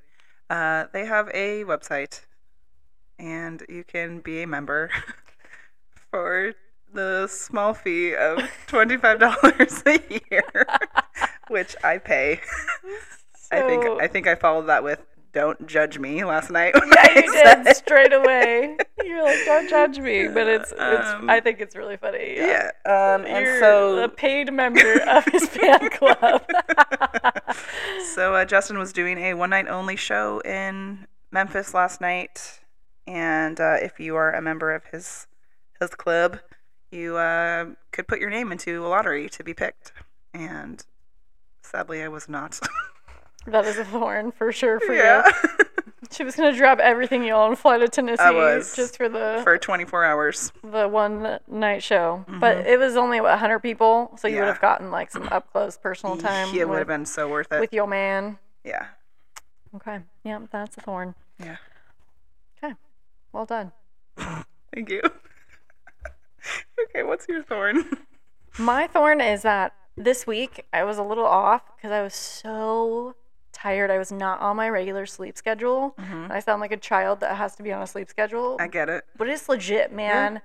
B: Uh, they have a website, and you can be a member for the small fee of twenty-five dollars a year, which I pay. I
A: So-
B: think I think I followed that with "Don't judge me" last night. when
A: Yeah,
B: I
A: you
B: said-
A: did straight away. You're like, don't judge me, but it's it's.
B: Um,
A: I think it's really funny.
B: Yeah, um, and
A: You're
B: so
A: a paid member of his fan club.
B: So uh, Justin was doing a one night only show in Memphis last night, and uh, if you are a member of his his club, you uh, could put your name into a lottery to be picked. And sadly, I was not.
A: that is a thorn for sure for
B: yeah,
A: you. She was gonna drop everything you all and fly to Tennessee
B: was.
A: just for the
B: for 24 hours.
A: the one night show. But it was only what 100 people, so you
B: Mm-hmm. Yeah.
A: would have gotten like some up close personal time
B: it would
A: with,
B: have been so worth it.
A: with your man.
B: yeah,
A: Okay. Yep, that's a thorn.
B: yeah.
A: Okay. Well done.
B: Thank you. okay, what's your thorn?
A: My thorn is that this week I was a little off because I was so tired. I was not on my regular sleep schedule.
B: Mm-hmm.
A: I sound like a child that has to be on a sleep schedule,
B: I get it.
A: but it's legit, man.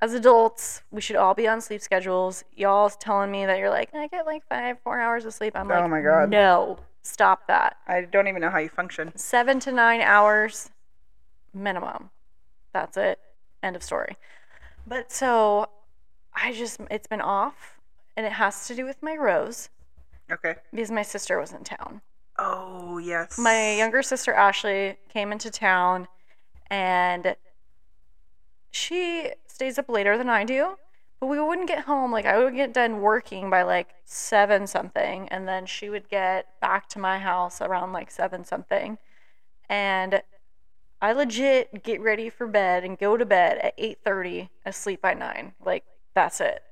A: as adults, we should all be on sleep schedules. Y'all's telling me that you're like, I get like five, four hours of sleep. I'm
B: Oh
A: like,
B: my God.
A: no, stop that.
B: I don't even know how you function.
A: Seven to nine hours minimum. That's it. End of story. But so I just, it's been off and it has to do with my rose
B: Okay.
A: because my sister was in town.
B: Oh yes.
A: my younger sister Ashley came into town and she stays up later than I do. But we wouldn't get home. Like I would get done working by like seven something, and then she would get back to my house around like seven something. And I legit get ready for bed and go to bed at eight thirty and sleep by nine. Like that's it.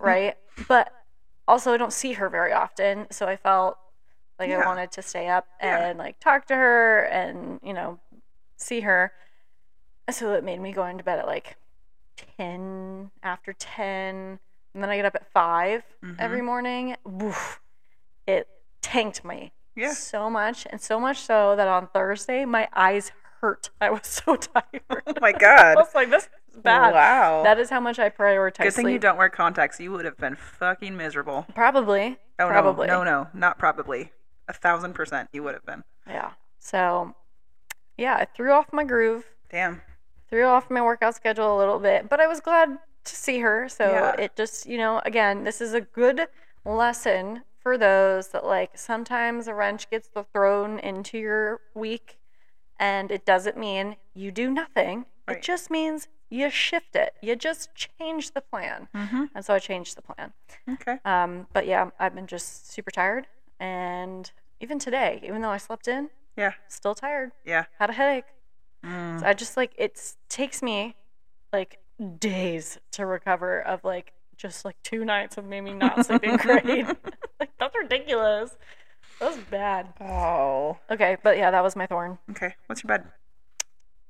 A: right? But also I don't see her very often, so I felt like I
B: Yeah.
A: wanted to stay up
B: Yeah.
A: and like talk to her and, you know, see her. So it made me go into bed at like 10 after 10 and then i get up at 5
B: Mhm.
A: every morning Woof. it tanked me
B: Yeah.
A: so much and so much so that on thursday my eyes hurt i was so tired
B: Oh my
A: i
B: God.
A: was like this is bad
B: Wow.
A: that is how much i prioritize
B: Good thing
A: sleep
B: you don't wear contacts. You would have been fucking miserable.
A: probably
B: Oh
A: probably
B: no, no, no, not probably. A thousand percent, you would have been.
A: yeah so yeah i threw off my groove
B: Damn.
A: threw off my workout schedule a little bit, but I was glad to see her. So
B: Yeah.
A: it just, you know, again, this is a good lesson for those that like sometimes a wrench gets thrown into your week and it doesn't mean you do nothing.
B: Right.
A: It just means you shift it. You just change the plan.
B: Mm-hmm.
A: And so I changed the plan.
B: Okay.
A: Um, but yeah, I've been just super tired. And even today, even though I slept in,
B: Yeah.
A: still tired.
B: Yeah.
A: Had a headache.
B: Mm.
A: So I just like it takes me like days to recover of like just like two nights of maybe not sleeping great. like that's ridiculous. That was bad.
B: Oh.
A: Okay, but yeah, that was my thorn.
B: Okay. What's your bed?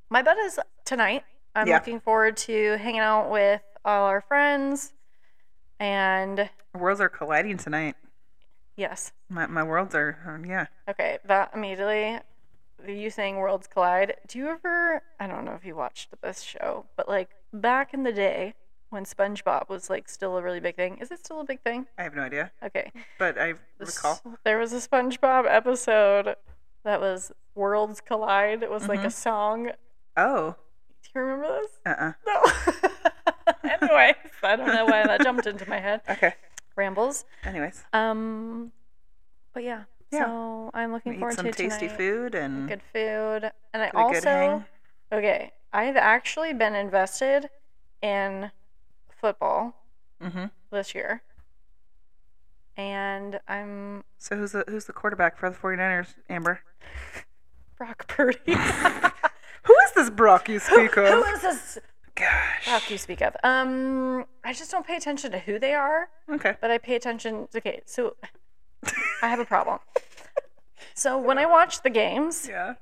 A: My bed is tonight. I'm
B: Yeah.
A: looking forward to hanging out with all our friends. And
B: Worlds are colliding tonight.
A: yes,
B: My my worlds are um, yeah.
A: okay, that immediately you saying worlds collide. Do you ever? I don't know if you watched this show, but like back in the day when SpongeBob was like still a really big thing. Is it still a big thing?
B: I have no idea,
A: Okay.
B: but I recall.
A: There was a SpongeBob episode that was Worlds Collide. It was like a
B: Mhm.
A: song. Do
B: Oh.
A: you remember this?
B: Uh. uh
A: No. Anyways, I don't know why that jumped into my head.
B: Okay.
A: Rambles.
B: Anyways,
A: Um, but yeah.
B: Yeah.
A: So I'm looking
B: eat
A: forward
B: some
A: to
B: tasty
A: tonight.
B: food and
A: Good food, and I
B: get Mm-hmm. a good
A: also
B: hang.
A: okay. I've actually been invested in football
B: Mm-hmm.
A: this year, and I'm
B: So who's the who's the quarterback for the 49ers, Amber?
A: Brock Purdy.
B: Who is this Brock you speak
A: Who
B: of?
A: is this
B: Gosh.
A: Brock you speak of? Um, I just don't pay attention to who they are,
B: Okay.
A: but I pay attention. Okay, so I have a problem. So when I watch the games,
B: Yeah.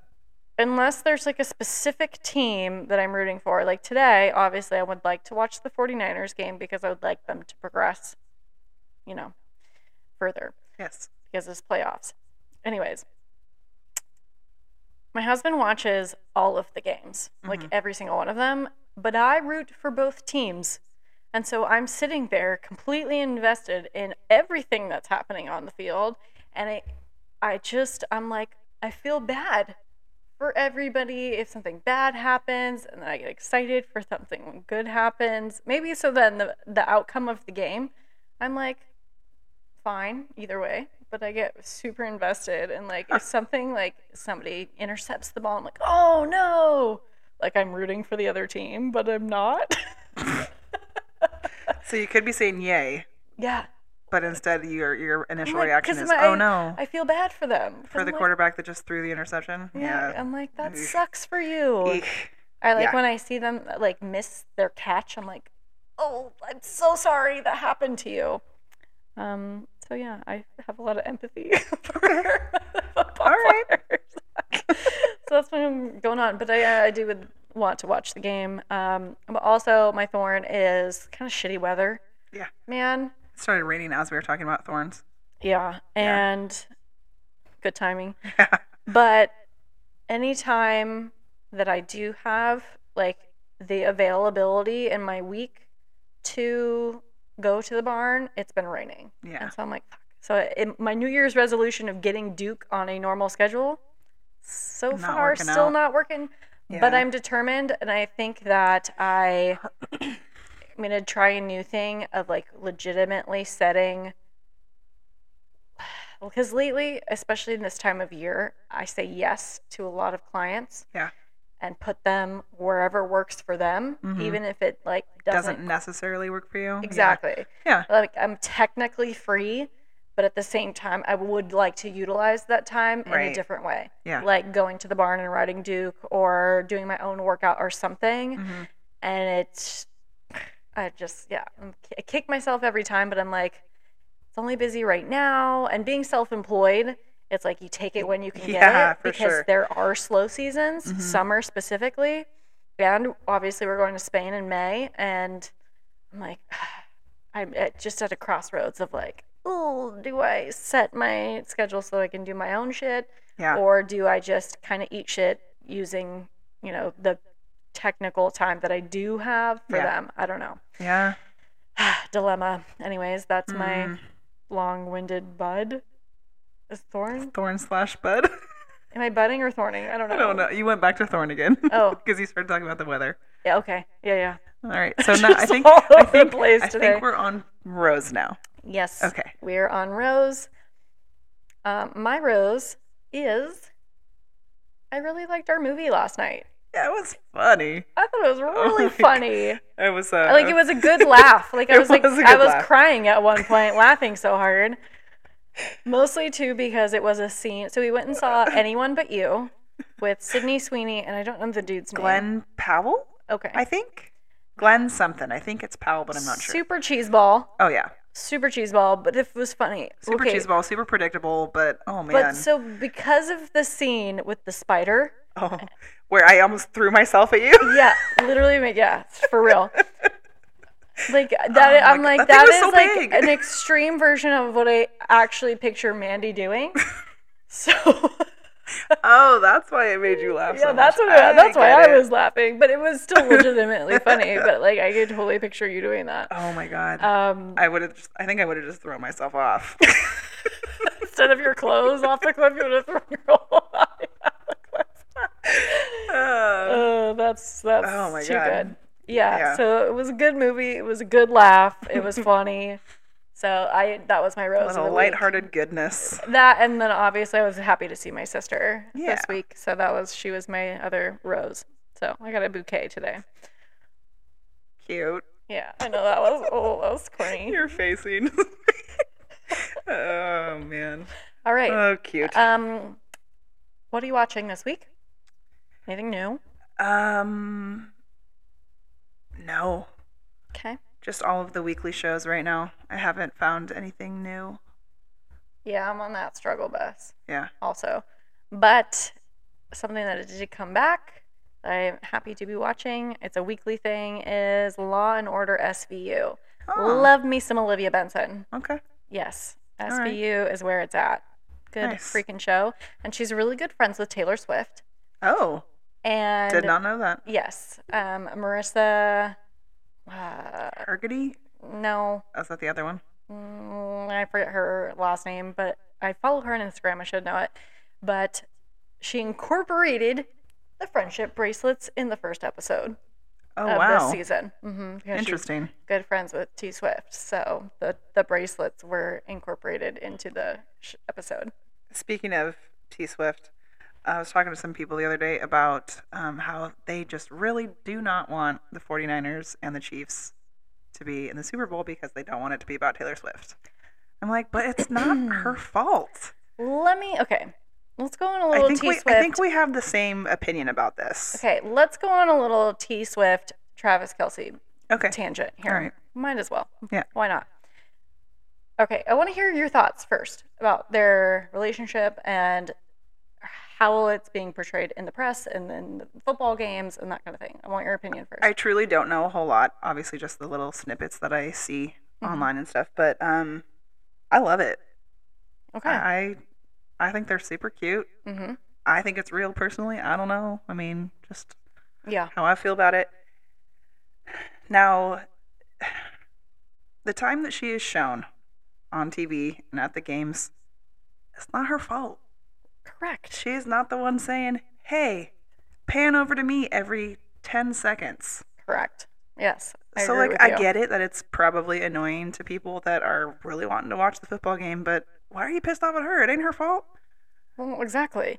A: unless there's like a specific team that I'm rooting for, like today, obviously I would like to watch the 49ers game because I would like them to progress, you know, further
B: Yes.
A: because it's playoffs. Anyways, my husband watches all of the games, like
B: Mhm.
A: every single one of them, but I root for both teams. And so I'm sitting there completely invested in everything that's happening on the field. And I, I just, I'm like, I feel bad for everybody if something bad happens. And then I get excited for something when good happens. Maybe so then the, the outcome of the game, I'm like, fine either way but i get super invested and like if something like somebody intercepts the ball i'm like oh no like i'm rooting for the other team but i'm not
B: So you could be saying yay,
A: yeah
B: but instead your your initial
A: like,
B: reaction
A: 'cause
B: is,
A: my-
B: oh no,
A: i feel bad for them
B: for
A: I'm
B: the
A: like,
B: quarterback that just threw the interception.
A: yeah, i'm like that
B: Eesh.
A: sucks for you
B: Eek.
A: i like
B: Yeah.
A: when i see them like miss their catch i'm like oh i'm so sorry that happened to you um so yeah i have a lot of empathy for football
B: All right.
A: players. so that's what I'm going on. But I, uh, I do would want to watch the game. Um, but also, my thorn is kind of shitty weather.
B: Yeah.
A: Man.
B: It started raining as we were talking about thorns.
A: Yeah.
B: Yeah.
A: And good timing. But anytime that I do have like the availability in my week to go to the barn, it's been raining.
B: Yeah.
A: And so I'm like, fuck. So it, my New Year's resolution of getting Duke on a normal schedule, so
B: Not
A: far,
B: working
A: still
B: out.
A: not working.
B: yeah.
A: But I'm determined, and I think that I, I'm gonna try a new thing of like legitimately setting. Because lately, especially in this time of year, I say yes to a lot of clients.
B: Yeah.
A: And put them wherever works for them,
B: Mhm.
A: even if it like
B: doesn't,
A: doesn't
B: necessarily work for you. Yeah.
A: Exactly.
B: Yeah.
A: Like I'm technically free, but at the same time, I would like to utilize that time in
B: Right.
A: a different way.
B: Yeah.
A: Like going to the barn and riding Duke or doing my own workout or something.
B: Mhm.
A: And it's, I just, yeah, I'm- I kick myself every time, but I'm like, it's only busy right now. And being self employed, it's like you take it when you can
B: Yeah,
A: get it
B: for
A: because
B: sure.
A: there are slow seasons,
B: Mhm.
A: summer specifically. And obviously, we're going to Spain in May. And I'm like, I'm at, just at a crossroads of like, oh, do I set my schedule so I can do my own shit?
B: Yeah.
A: Or do I just kind of eat shit using, you know, the technical time that I do have for
B: Yeah.
A: them? I don't know.
B: yeah.
A: Dilemma. Anyways, that's my
B: Mm.
A: long winded bud. Is thorn?
B: thorn slash bud.
A: Am I budding or thorning? I don't know.
B: I don't know. You went back to thorn again.
A: Oh.
B: because you started talking about the weather.
A: Yeah, okay. Yeah, yeah.
B: All right. So now I
A: Just
B: think
A: all
B: I
A: over the
B: think,
A: place
B: I
A: today.
B: think we're on rose now.
A: Yes.
B: Okay.
A: We're on Rose. Um, my Rose is I really liked our movie last night.
B: Yeah, it was funny.
A: I thought it was really
B: Oh my
A: funny.
B: It was uh,
A: Like it was a good laugh. Like I
B: It
A: was like
B: was a
A: I
B: good
A: was
B: laugh.
A: crying at one point, laughing so hard. Mostly too because it was a scene. So we went and saw Anyone But You with Sydney Sweeney and I don't know the dude's name.
B: Glenn Powell,
A: Okay.
B: I think. Glenn something. I think it's Powell, but I'm not sure.
A: Super cheese ball.
B: Oh yeah,
A: Super cheese ball, but it was funny.
B: super
A: okay.
B: cheese ball, super predictable, but oh man,
A: But so because of the scene with the spider,
B: oh, where I almost through myself at you.
A: yeah, literally, ma- yeah, for real. Like
B: Oh
A: that,
B: my
A: I'm
B: God,
A: like
B: that thing
A: that
B: was
A: is
B: so
A: like
B: big.
A: an extreme version of what I actually picture Mandy doing. So
B: Oh, that's why it made you laugh.
A: yeah,
B: so
A: that's
B: much.
A: what I, that's why
B: get
A: I
B: it.
A: was laughing, but it was still legitimately funny. But like I could totally picture you doing that.
B: Oh my god,
A: Um,
B: I would have. just I think I would have just thrown myself off.
A: instead of your clothes off the cliff, you would have thrown your whole body off the cliff.
B: Uh,
A: Oh, that's that's
B: Oh my
A: too
B: God.
A: good. Yeah,
B: Yeah.
A: So it was a good movie. It was a good laugh. It was funny. So I that was my rose. of
B: little
A: the week.
B: lighthearted goodness.
A: That and then obviously I was happy to see my sister
B: Yeah.
A: this week. So that was she was my other rose. So I got a bouquet today.
B: Cute.
A: Yeah, I know that was oh that was corny.
B: You're facing. oh man.
A: All right.
B: Oh cute.
A: Um, what are you watching this week? Anything new?
B: Um. No.
A: Okay.
B: just all of the weekly shows right now. I haven't found anything new.
A: Yeah, I'm on that struggle bus.
B: Yeah.
A: also. But something that did come back that I'm happy to be watching, it's a weekly thing, is Law and Order SVU.
B: Oh,
A: Love me some Olivia Benson.
B: okay.
A: Yes,
B: right.
A: SVU is where it's at. Good
B: Nice.
A: freaking show. And she's really good friends with Taylor Swift.
B: Oh,
A: And
B: did not know that.
A: yes, um, Marissa. Uh,
B: Hergity?
A: no,
B: Oh, is that the other one?
A: Mm, I forget her last name, but I follow her on Instagram. I should know it. But she incorporated the friendship bracelets in the first episode
B: Oh,
A: of Uh, this
B: wow.
A: season. hmm
B: Interesting.
A: good friends with T Swift, so the the bracelets were incorporated into the sh- episode.
B: Speaking of T Swift, I was talking to some people the other day about um, how they just really do not want the 49ers and the Chiefs to be in the Super Bowl because they don't want it to be about Taylor Swift. I'm like, but it's not her fault.
A: Let me okay. Let's go on a
B: I
A: little
B: think,
A: T
B: we,
A: Swift.
B: I think we have the same opinion about this.
A: Okay, let's go on a little T Swift Travis Kelsey
B: Okay.
A: tangent here.
B: All right.
A: Might as well.
B: Yeah.
A: Why not? Okay, I want to hear your thoughts first about their relationship and how it's being portrayed in the press and then the football games and that kind of thing. I want your opinion first.
B: I truly don't know a whole lot. Obviously, just the little snippets that I see
A: Mhm.
B: online and stuff. But um, I love it.
A: okay.
B: I I think they're super cute.
A: mm-hmm.
B: I think it's real personally. I don't know. I mean, just
A: Yeah.
B: how I feel about it. Now, the time that she is shown on TV and at the games, it's not her fault.
A: Correct.
B: She is not the one saying, "Hey, pan over to me every 10 seconds."
A: Correct. Yes. I
B: so
A: agree
B: like
A: with
B: I
A: you.
B: get it that it's probably annoying to people that are really wanting to watch the football game, but why are you pissed off at her? It ain't her fault.
A: Well, exactly.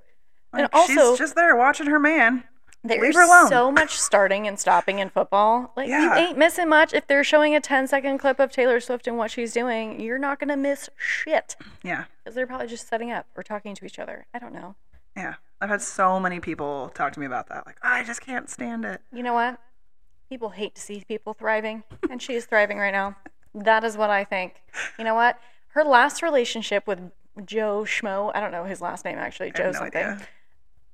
B: Like,
A: and also,
B: she's just there watching her man.
A: There's
B: Leave her alone.
A: so much starting and stopping in football. Like you
B: Yeah.
A: ain't missing much. If they're showing a 10 second clip of Taylor Swift and what she's doing, you're not gonna miss shit.
B: Yeah.
A: Because they're probably just setting up or talking to each other. I don't know.
B: Yeah. I've had so many people talk to me about that. Like, I just can't stand it.
A: You know what? People hate to see people thriving, and she is thriving right now. That is what I think. You know what? Her last relationship with Joe Schmo, I don't know his last name actually,
B: I
A: Joe
B: have no
A: something.
B: idea.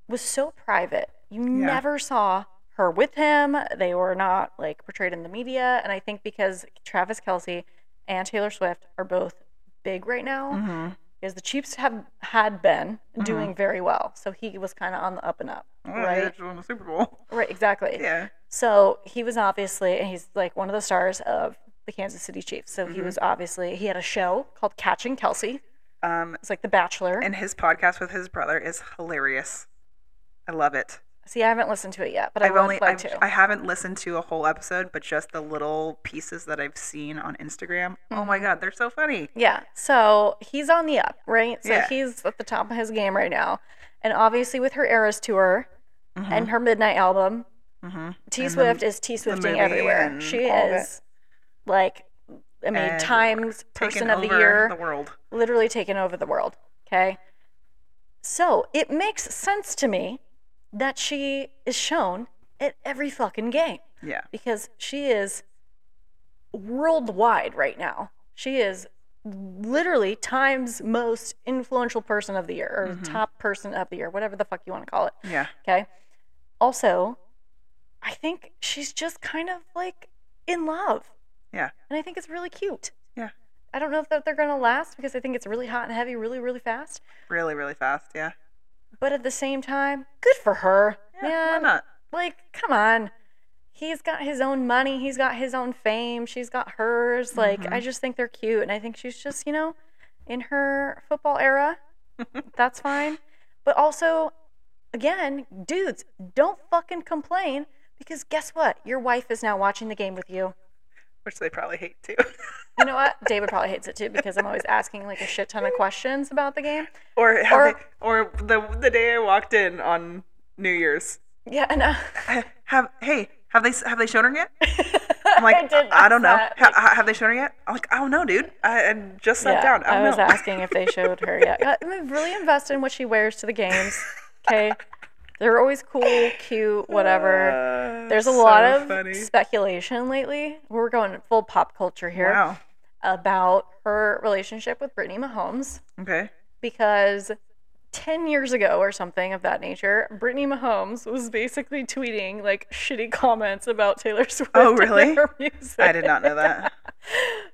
A: was so private. You never saw her with him. They were not like portrayed in the media. And I think because Travis Kelsey and Taylor Swift are both big right now,
B: Mhm.
A: because the Chiefs have had been
B: Mm-hmm.
A: doing very well. So he was kind of on the up and up.
B: Oh,
A: right.
B: They just won the Super Bowl.
A: Right. Exactly.
B: Yeah.
A: So he was obviously, and he's like one of the stars of the Kansas City Chiefs. So
B: Mm-hmm.
A: he was obviously, he had a show called Catching Kelsey.
B: Um,
A: It's like The Bachelor.
B: and his podcast with his brother is hilarious. I love it.
A: See, I haven't listened to it yet, but I
B: I've
A: would
B: only
A: like
B: I've,
A: to.
B: I haven't listened to a whole episode, but just the little pieces that I've seen on Instagram. Oh
A: Mm-hmm.
B: my god, they're so funny.
A: Yeah. So he's on the up, right? So
B: Yeah.
A: he's at the top of his game right now. And obviously with her Eras tour
B: Mhm.
A: and her Midnight album,
B: hmm
A: T
B: And the-
A: Swift is T Swifting
B: movie
A: everywhere.
B: and
A: She
B: all of
A: is like I mean,
B: And
A: Times
B: Taking
A: person of the
B: over
A: year,
B: the world.
A: literally taken over the world. Okay. So it makes sense to me that she is shown at every fucking game
B: Yeah.
A: because she is worldwide right now. She is literally Time's most influential person of the year or top person of the year, whatever the fuck you want to call it.
B: Yeah.
A: Okay. Also, I think she's just kind of like in love.
B: Yeah.
A: And I think it's really cute.
B: Yeah.
A: I don't know if that they're going to last because I think it's really hot and heavy really, really fast.
B: Really, really fast. Yeah.
A: But at the same time, good for her.
B: Why
A: Man,
B: not?
A: like come on he's got his own money he's got his own fame she's got hers like
B: Mm-hmm.
A: i just think they're cute and i think she's just you know in her football era that's fine but also again dudes don't fucking complain because guess what your wife is now watching the game with you
B: Which they probably hate too.
A: you know what david probably hates it too because i'm always asking like a shit ton of questions about the game
B: or how
A: Or-
B: they, or the the day I walked in on New Year's.
A: yeah and uh,
B: Have hey, have they have they shown her yet? I'm like, I,
A: did
B: don't know.
A: notice that.
B: Ha, ha- have they shown her yet? I'm like, I don't know, dude. I, I just sat down. I,
A: I,
B: don't
A: was
B: know.
A: asking if they showed her. Yeah, God, I'm really invested in what she wears to the games. Okay, they're always cool, cute, whatever.
B: Uh,
A: There's a
B: so
A: lot of
B: funny.
A: speculation lately. We're going full pop culture here
B: Wow.
A: about her relationship with Brittany Mahomes
B: Okay.
A: because 10 years ago or something of that nature, Brittany Mahomes was basically tweeting like shitty comments about Taylor Swift.
B: Oh,
A: and
B: really?
A: her music.
B: I did not know that.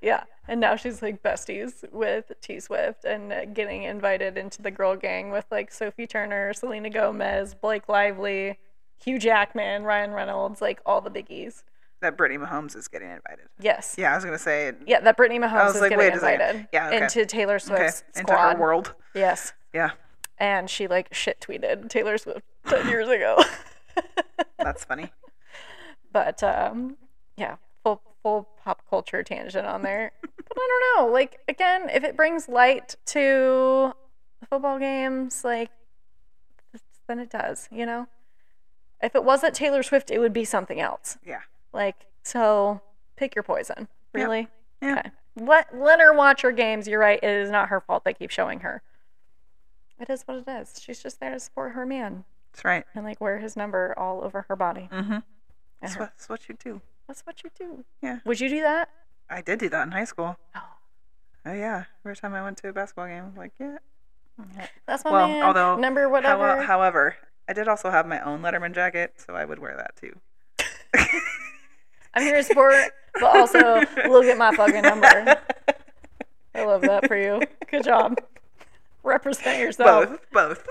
A: Yeah, and now she's like besties with T Swift and uh, getting invited into the girl gang with like Sophie Turner, Selena Gomez, Blake Lively, Hugh Jackman, Ryan Reynolds, like all the biggies.
B: that Brittany Mahomes is getting invited.
A: Yes. Yeah,
B: Yeah, I was gonna say.
A: that Brittany Mahomes
B: was
A: is
B: like,
A: getting
B: wait a second.
A: invited
B: Yeah, okay.
A: into Taylor
B: Okay.
A: Swift's
B: Into
A: squad.
B: her world.
A: Yes,
B: Yeah,
A: and she like shit tweeted Taylor Swift ten years ago.
B: that's funny.
A: but um, yeah, full full pop culture tangent on there. but I don't know. Like again, if it brings light to the football games, like then it does. You know, if it wasn't Taylor Swift, it would be something else.
B: Yeah.
A: Like so, pick your poison.
B: Yeah.
A: Really.
B: Yeah.
A: Okay. Let let her watch her games. You're right. It is not her fault they keep showing her. It is what it is. She's just there to support her man
B: That's right.
A: and like wear his number all over her body.
B: Mm-hmm.
A: and
B: That's
A: her
B: what, that's what you do.
A: that's what you do.
B: Yeah.
A: Would you do that?
B: I did do that in high school.
A: Oh,
B: Oh yeah. Every time I went to a basketball game, I was like yeah.
A: that's my
B: Well,
A: man.
B: although,
A: number
B: How-
A: whatever.
B: however, I did also have my own Letterman jacket, so I would wear that too.
A: I'm here to support, but also look at my fucking number. I love that for you. Good job. Represent yourself.
B: Both, both.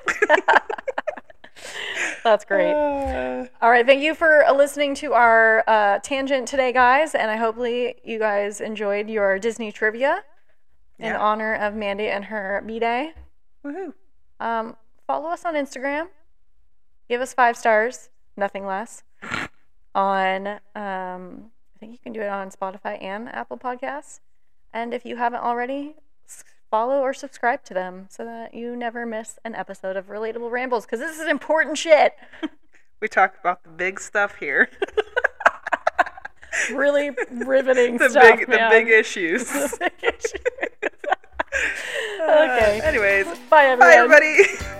A: That's great.
B: Uh,
A: All right, thank you for uh, listening to our uh, tangent today, guys, and I hopefully you guys enjoyed your Disney trivia in
B: Yeah.
A: honor of Mandy and her B day.
B: woohoo.
A: Um, follow us on Instagram. Give us five stars, nothing less. On, um, I think you can do it on Spotify and Apple Podcasts. And if you haven't already, s- follow or subscribe to them so that you never miss an episode of Relatable Rambles because this is important shit.
B: We talk about the big stuff here.
A: Really riveting
B: the
A: stuff.
B: big
A: man.
B: the big issues.
A: The big issues. okay.
B: Uh, anyways,
A: Bye,
B: bye
A: everyone.
B: everybody.